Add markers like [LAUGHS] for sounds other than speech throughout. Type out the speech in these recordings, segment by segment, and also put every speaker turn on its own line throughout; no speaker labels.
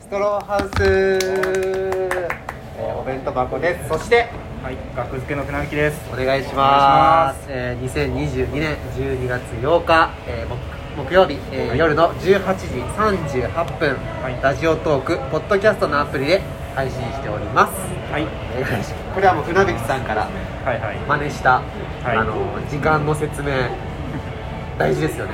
ストローハウス、えーお弁当箱ですそして
はい、学付けの船引きです。
お願いし
お願
ま
い
す
し
えー2022年12月8日、えー木木曜日、えー
はい
夜の18時38分、
はい
ラジオトークポッドキャストのアプリで配信しております
はい、
お願いしますこれはもう船引さんから
はい、はい。
真似した、
はい
あの時間の説明大事ですよね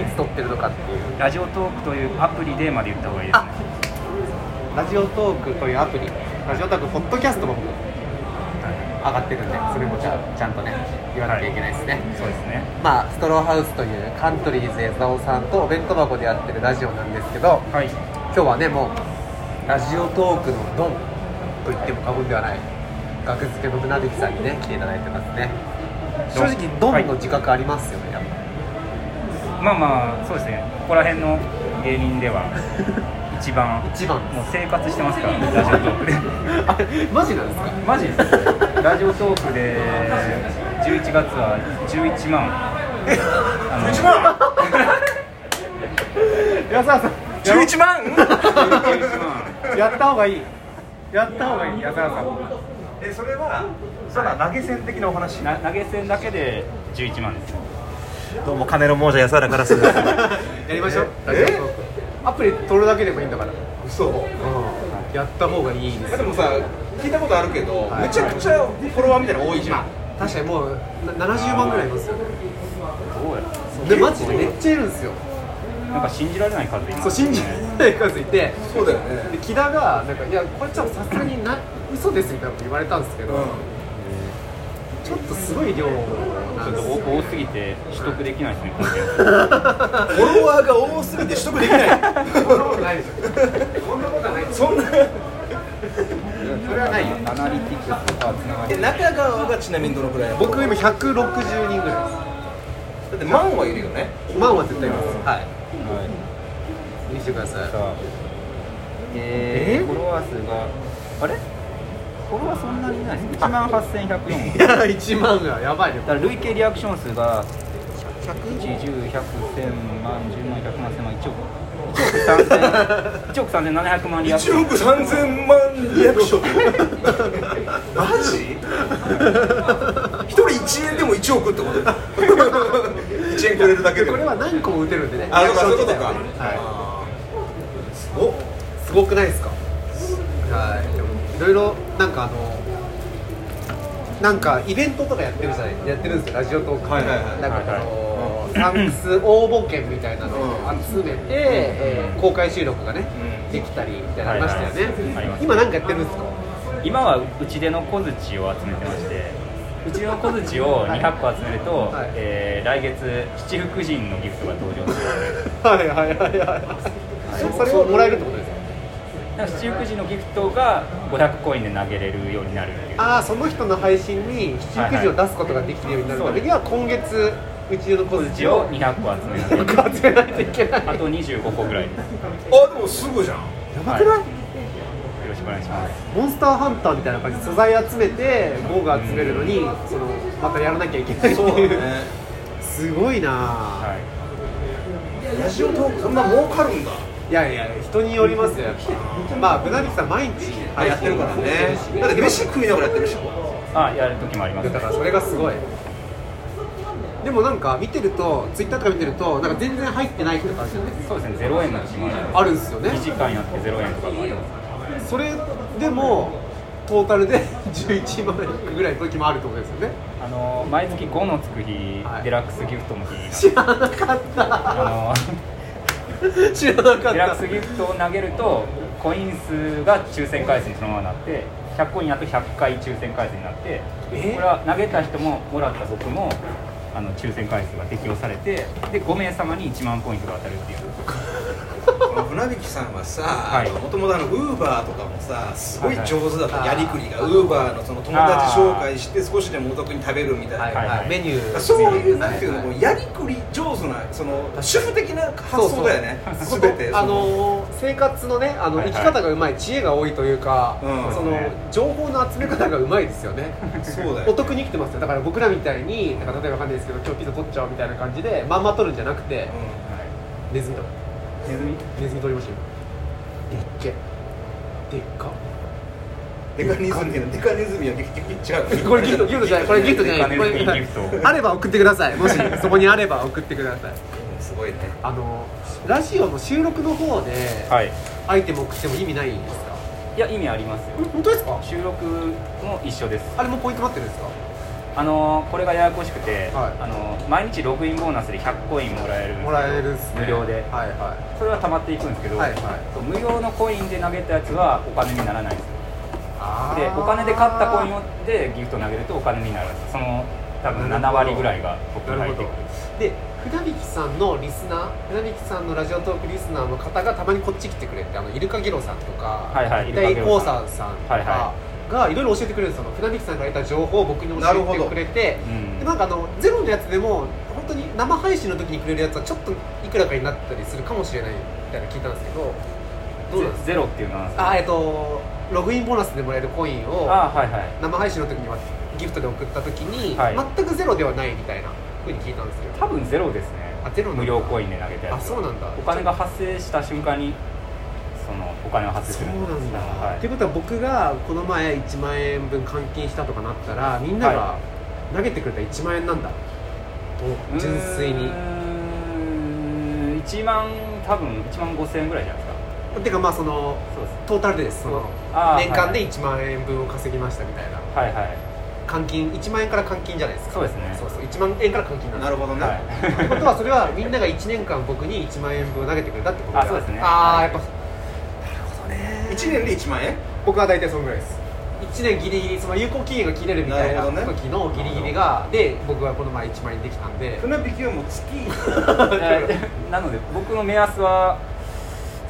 いつ撮ってるのかっていう
ラジオトークというアプリでまで言った方がいいです
あ
ね。
ラジオトークというアプリラジオトークポッドキャストも僕上がってるんでそれもちゃんちゃんとね言わなきゃいけないですね、
そうですね。
まあストローハウスというカントリーズ江澤さんとお弁当箱でやってるラジオなんですけど
はい、
今日はねもうラジオトークのドンと言っても過言ではない学付けの船引さんにね来ていただいてますね正
ド
直ド
ン
ンの自覚ありますよね、やっぱ
まあまあ、そうですね。ここら辺の芸人
[LAUGHS]
では一番
一番
もう生活してますから、ラジオトークで。
[LAUGHS]
[LAUGHS]
あマジなんです [LAUGHS] か
マジです。ラジオトークで11月は11万。あの
安田さん
11万 ?11
やった方がいいやった方がいい安田さん
えそれはそれは投げ銭的なお話
万な投げ銭だけで11万です。
どうも金の亡者安原からすです
やりましょう
ええ
アプリ取るだけでもいいんだから
嘘
やった方がいいです
でもさ聞いたことあるけど、めちゃくちゃフォロワーみたいなの多いじゃん
確かにもうな70万ぐらいいますよね
どうやら
でマジでめっちゃいるんですよ
なんか信じられない数います
そう信じない数いて
そうだよ
で
ね
木田がなんかいやこれちょっとさすがにな嘘ですみたいなこと言われたんですけど、ちょっとすごい量なん
ちょっ
で
と
すよ
多すぎて取得できないですね、この件
フォロワーが多すぎて取得できない
そんなことないでしょそんなことはないでしょ
[LAUGHS] そんな
それはないよ
アナリティクスとかつなが
え
り
中川がちなみにどのくらい
僕今160人ぐらいで
だって万はいるよね
す万は絶対いますはい見せてください
さえ
え
ー、フォロワー数があれフォロワーそんなにいないです1万8104
いや1万がやばいね
だから累計リアクション数が1101001000万10万100万1000万1億1億3000 1億3700万リア
[LAUGHS]
クション
億三千万リアクション [LAUGHS] マジ一人一円でも一億って [LAUGHS] こと一円くれるだけで
こ
も
れは何個も打てるんでね
あそうか
リアクション
そういうことか
自体はねは
すごっ
い、すごくないですかはいでもいろいろなんかあのなんかイベントとかやってるじゃないやってるんですよラジオトーク
はいはいはい
なんかあのサンクス応募券みたいなのを集めて、えー公開収録がね、
うん
できたりみたいなのありましたよね、
はいはいあります
今なんかやってるんですか
今はうちでの小槌を集めてましてうちの小槌を200個集めると、
はい
えー来月七福神のギフトが登場する
はいはいはいはいそれをもらえるってことですよ
なんか七福神のギフトが500コインで投げれるようになるっていう
ああその人の配信に七福神を出すことができるようになるためには今月宇宙の小
数字
槌を
を200個集めなきゃい
集め [LAUGHS] ないといけない
けないあと25個ぐらいですよ
あでもすぐじゃん
ばくない、
ろしくお願いします
モンスターハンターみたいな感じで素材集めてゴーが集めるのにそのまたやらなきゃいけないって
そう
いう
だね
すごいな、あ
はい
ラジオトークそんな儲かるんだ
い、やいや人によりますよやっぱまあブナビキさん毎日配信
やってるからねだって飯食いながらやってるでしょ
あやる時もあります
だからそれがすごいでもなんか見てるとツイッターとか見てるとなんか全然入ってない人とかあるじゃない
そうですね0円の時もありま
あるんですよね
す2時間やって0円とかもあります
それでもトータルで [LAUGHS] 11万いくぐらいの時もあるってことですよね
あの毎月5のつく日、
はい
デラックスギフトの日なんです
知らなかった
あ
[LAUGHS] 知らなか
の
っ
デラック
た
スギフトを投げるとコイン数が抽選回数にそのままなって100コインあと100回抽選回数になってこ
え
れは投げた人ももらった僕もあの抽選回数が適用されてで5名様に1万ポイントが当たるっていう
船引さんはさ
はい
もともとウーバーとかもさすごい上手だった、
はいはい
やりくりがウーバーのその友達紹介して少しでもお得に食べるみたいな、
はい
はい
は
はいい
メニュー
そういうなんていうの、
は
こうやりくり上手なその主婦的な発想だよね
そう
全て
あのー生活のねあの
はい
生
はい
き方がうまい知恵が多いというか、
うん
そ
そう
の
ね
情報の集め方がうまいですよね
そのそうだ
お
よ
得に生きてますよだから僕らみたいになんか例えばわかんないですけど今日ピザ取っちゃおうみたいな感じでまんま取るんじゃなくて、
うん
ネズミとか
ネズミ
ネズミ取りましたよでっけでっか
デカネズミはデカネズミはギフトちゃう
これギフトギフトじゃないこれギフトじゃないこれ
デカネズミギフ
あれば送ってくださいもしそこにあれば送ってください
すごいね
あのラジオの収録の方で
はい
アイテム送っても意味ないんですか
いや意味ありますよ
本当ですか
収録も一緒です
あれもポイント待ってるんですか
あのーこれがややこしくて、
はい
あのー毎日ログインボーナスで100コインもらえるんです
もらえるっすね
無料で
はいは
それは溜まっていくんですけ
い
ど、
はいはい
そう無料のコインで投げたやつはお金にならないんですよ
あ
でお金で買ったコインをでギフト投げるとお金になるんですその多分7割ぐらいが僕に
な
入
るほ
ってく
どで船
る
引さんのリスナー船引さんのラジオトークリスナーの方がたまにこっち来てくれてあのイルカゲロさんとか
はいはい
一体
イルカゲロ
コー
さ
サーさんとか、
はいは
がいろいろ教えてくれるんですよその船引さんが得た情報を僕に教
なるほ
え
ど
てくれて
うん
でなんかあのゼロのやつでも本当に生配信の時にくれるやつはちょっといくらかになったりするかもしれないみたいなの聞いたんですけどどうなんです
ゼロっていうのはなんです
かあえっとログインボーナスでもらえるコインを
かあーはいはい
生配信の時にはギフトで送った時に、
はい
全くゼロではないみたいなふうに聞いたんですけど
多分ゼロですね
あゼロなんだ
無料コインで投げたや
あ
つ
そうなんだ
お金が発生した瞬間にそのお金を発
そ
生す
う
る
なんだ、
は
って
い、
ことは僕がこの前1万円分換金したとかなったらみんなが
は
投げてくれた1万円なんだ、お純粋に
うーん1万多分1万5000円ぐらいじゃないですか
てかまあその
そうです
トータルでですその
あー
年間で1万円分を稼ぎましたみたいな
はいはい
換金1万円から換金じゃないですか
そうですね
そうそう1万円から換金なんです
なるほどね、
はい
ってことはそれはみんなが1年間僕に1万円分を投げてくれたってことだ
あそうですね
ああ
はい
やっぱなるほどね
一年で一万円
僕は大体そのぐらいです1年ギリギリその有効期限が切れるみたいな
なるほどね
時のギリギリが、で僕はこの前1万円できたんで
船引きはもう
[LAUGHS]
月
えーなので僕の目安は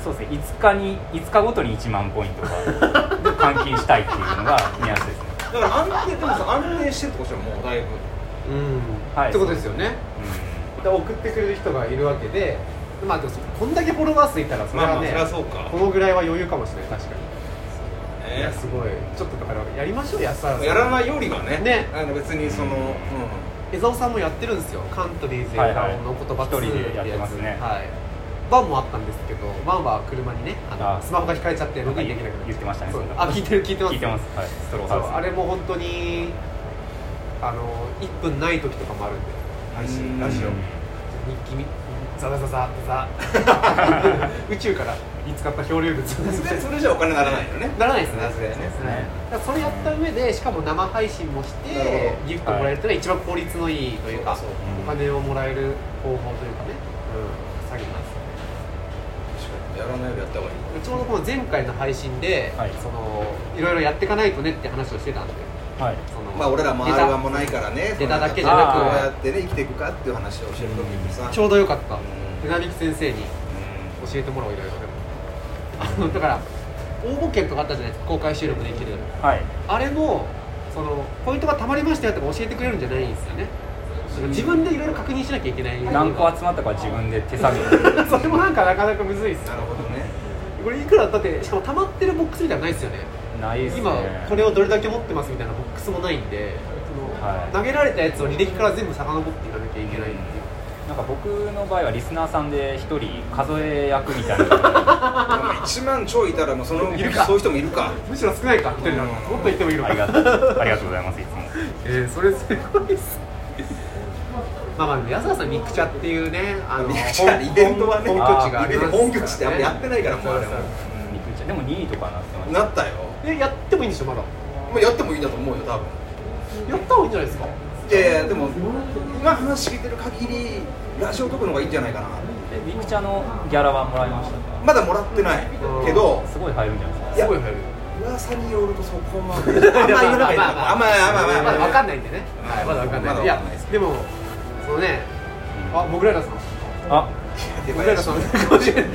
そうですね5日に5日ごとに1万ポイントが換金したいっていうのが目安ですね、
だから安定でもさ安定してるってことじゃんもうだいぶ
うん、
はい
ってことですよねで送ってくれる人がいるわけでまあでもそこんだけフォロワー数いたらそれ
まあ
は
まあそ
ね、
りゃそうか、
このぐらいは余裕かもしれない確かに、い
ね
やすごいちょっとだからやりましょう安原さん
やらないよりがね
ね
あの別にその、うん
江澤さんもやってるんですよカントリーズ江
はいはい
澤の言葉2
一人でやってますね
はいバンもあったんですけどバンは車にねあの
あ
スマホが引かれちゃってログインできなくなっちゃ
言ってましたね
そう
そんな
あ聞いてる聞いて
う
ます
ん聞いてますはいストロー
そ
ハ
うあ
ウス
れも本当にあの1分ない時とかもあるんで
配
う
信
ん
ラジオ
日記みザザザザザ
[LAUGHS]
宇宙から見つかった漂流物
それそれじゃお金ならないよね
[LAUGHS] ならないですね
ならないですね
はいだからそれやった上でしかも生配信もし
なる
て
ほど
ギフトもらえるというのは一番効率のいいというか
そうか
お
そう
金をもらえる方法というかね、うん、詐欺なんですよね
やらないよりやった方がいい
ちょうどこの前回の配信で、
はい
い、そのいろいろやっていかないとねって話をしてたんで
はい
その
まあ俺ら周りはもうないからね
ネタだけ
じゃなく
どうやってね生きていくかっていう話をしてる時にさ
ちょうどよかった
うん
船引先生に
う
教えてもらおういろいろでもあのだから応募券とかあったじゃないですか公開収録できる
はい
あれもそのポイントがたまりましたよとか教えてくれるんじゃないんですよねその自分でいろいろ確認しなきゃいけない
何個集まったかは自分で手作業
[LAUGHS]
で
それもなんかなかなかむずいっ
ん
す
なるほどね
これいくらだってしかも溜まってるボックスみたいなのないですよね
ないですね
今これをどれだけ持ってますみたいなボックスもないんでその、
はい
投げられたやつを履歴から全部遡っていかなきゃいけないっていう
なんか僕の場合はリスナーさんで一人数え役みたいな
1万ちょいいたらもうその
いるか
そういう人もいるか
むしろ少ないかみたいな
うん
もっと言ってもいいの
あ
か
りがとうありがとうございますいつも
[LAUGHS] えー、それすごいっすまあまあ安田さんミクチャっていうねあの
ミクチャイベントはね
本拠地がありますから
イベント本拠地ってあんまやってないからもうあれも
そうそう
みくりちゃんでも2位とかなってました
なったよ
そうえやってもいいんでしょまだ
まあやってもいいんだと思うよ多分
やった方がいいんじゃないですか
いやいやでも今話聞いてる限りラジオとくの方がいいんじゃないかな
えみくりちゃんのギャラはもらいましたか
まだもらってないけど
すごい入るんじゃないですか
いや
すごい入る
噂によるとそこまであんま言わない
まあまあ
あんまあんまあんまあん
ま
まあ
だわかんないんでね
うん
はいまだわかんない
まだわ
い
か
や
んないです
でもそのねあモグライダーさん
あ
出
モ
囃
グ
子
ライダーさん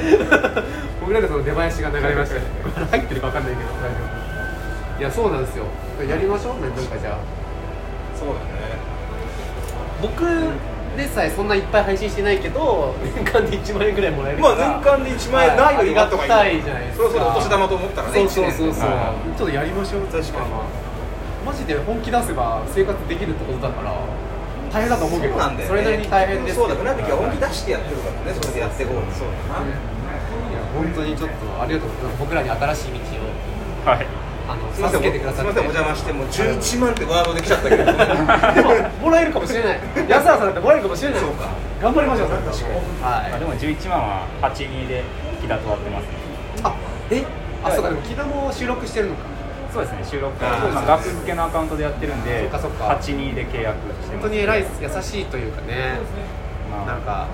モグライダーさんの出囃子が流れましたねこれ入ってるかわかんないけど大丈夫いやそうなんですよやりましょうねなんかじゃあ
そうだね
僕でさえそんないっぱい配信してないけど年間で1万円ぐらいもらえる
ま
から
あ年間で1万円ないより
は
ないとか言う
ありがたいじゃないですか
そろそろお年玉と思ったらね
そうそう
一
そう
年
そう、
は
ちょっとやりましょう
確かに
まあまあマジで本気出せば生活できるってことだから大変だと思うけど
そうなんだよ、ね、
れなりに大変ですけ
そ
ど
うだ船引きは本気出してやってるからねそれでやっていこうそうだ
う
な
んいや本当にちょっとありがとうございます僕らに新しい道
はい
をあの
すみませ
授
ん
けてくださって
すみませんお邪魔してもう11万ってワードで来ちゃったけど
でももらえるかもしれ
[LAUGHS]
ない安原さんだってもらえるかもしれない
そうか
頑張りましょう
確かに
あ
はい
でも11万は82で木田と割ってますね
あえあそうかでも昨日も収録してるのか
そうですね収録
あー
まあ学付けのアカウントでやってるん
そ
で
っかそっか
82で契約して
本
ます
当に偉いです優しいというかね
まあ
なんか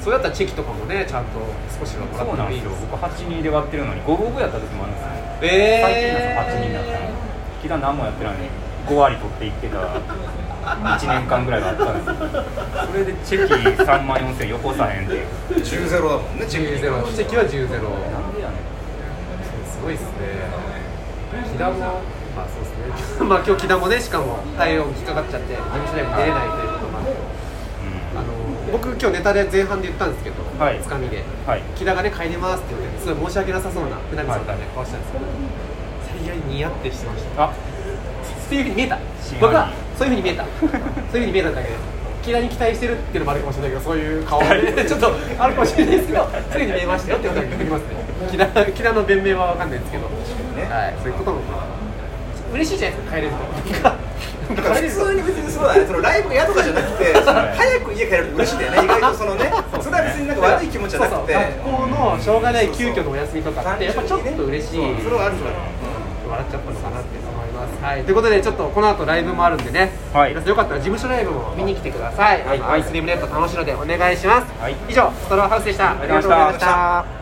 そうやったらチェキとかもねちゃんと少しはもら
そ
ってもい
うなんで
い
すよ
です
僕82で割ってるのに5分5やった時もあるんですよ
え
最
え
近です82になったの木田何もやってないのに5割取っていってた1年間ぐらいがあったんですよそれでチェキ3万4000よこさへんっていう
10ゼロだもんねチェック
10
に
ゼロチェキは10ゼロ
なんでやねん
すごいですね木田もまあそうですね [LAUGHS] まあ今日木田もねしかも体温引っかかっちゃって事務所でも出れないということもあってあの僕今日ネタで前半で言ったんですけど、
はい
つかみで
うんはい
木田がね帰りますって言ってすごい申し訳なさそうな船見さんからね
は
顔したんですけど最愛似合ってしてました
あ
そういうふうに見えた
真
僕は
犯
そういうふうに見えたそういうふうに見えただけで木田に期待してるっていうのもあるかもしれないけどそういう顔はねちょっとあるかもしれないですけどそういうふうに見えましたよってことは言ってきますね木田木田の弁明は分かんないですけど、はい、そういうことも嬉しいじゃないですか帰れると
だから
[LAUGHS] 帰れ
普
る
通に別にそうだねそのライブが嫌とかじゃなくてその
はい
早く家帰れると嬉しいんだよね意外とそのねそれは別になんか悪い気持ちじゃなくて
そうそう学校のしょうがない急遽のお休みとかってやっぱちょっと嬉しい
そうそれはあるから
笑っちゃったのかなって思います。はい、ということで、ちょっとこの後ライブもあるんでね、
はい
皆さんよかったら事務所ライブも見に来てください。はい、
はい
スリムレッド楽しいのでお願いします。
はい
以上、ストローハウスでした。あ
りがとうございま
りが
した
とうございました。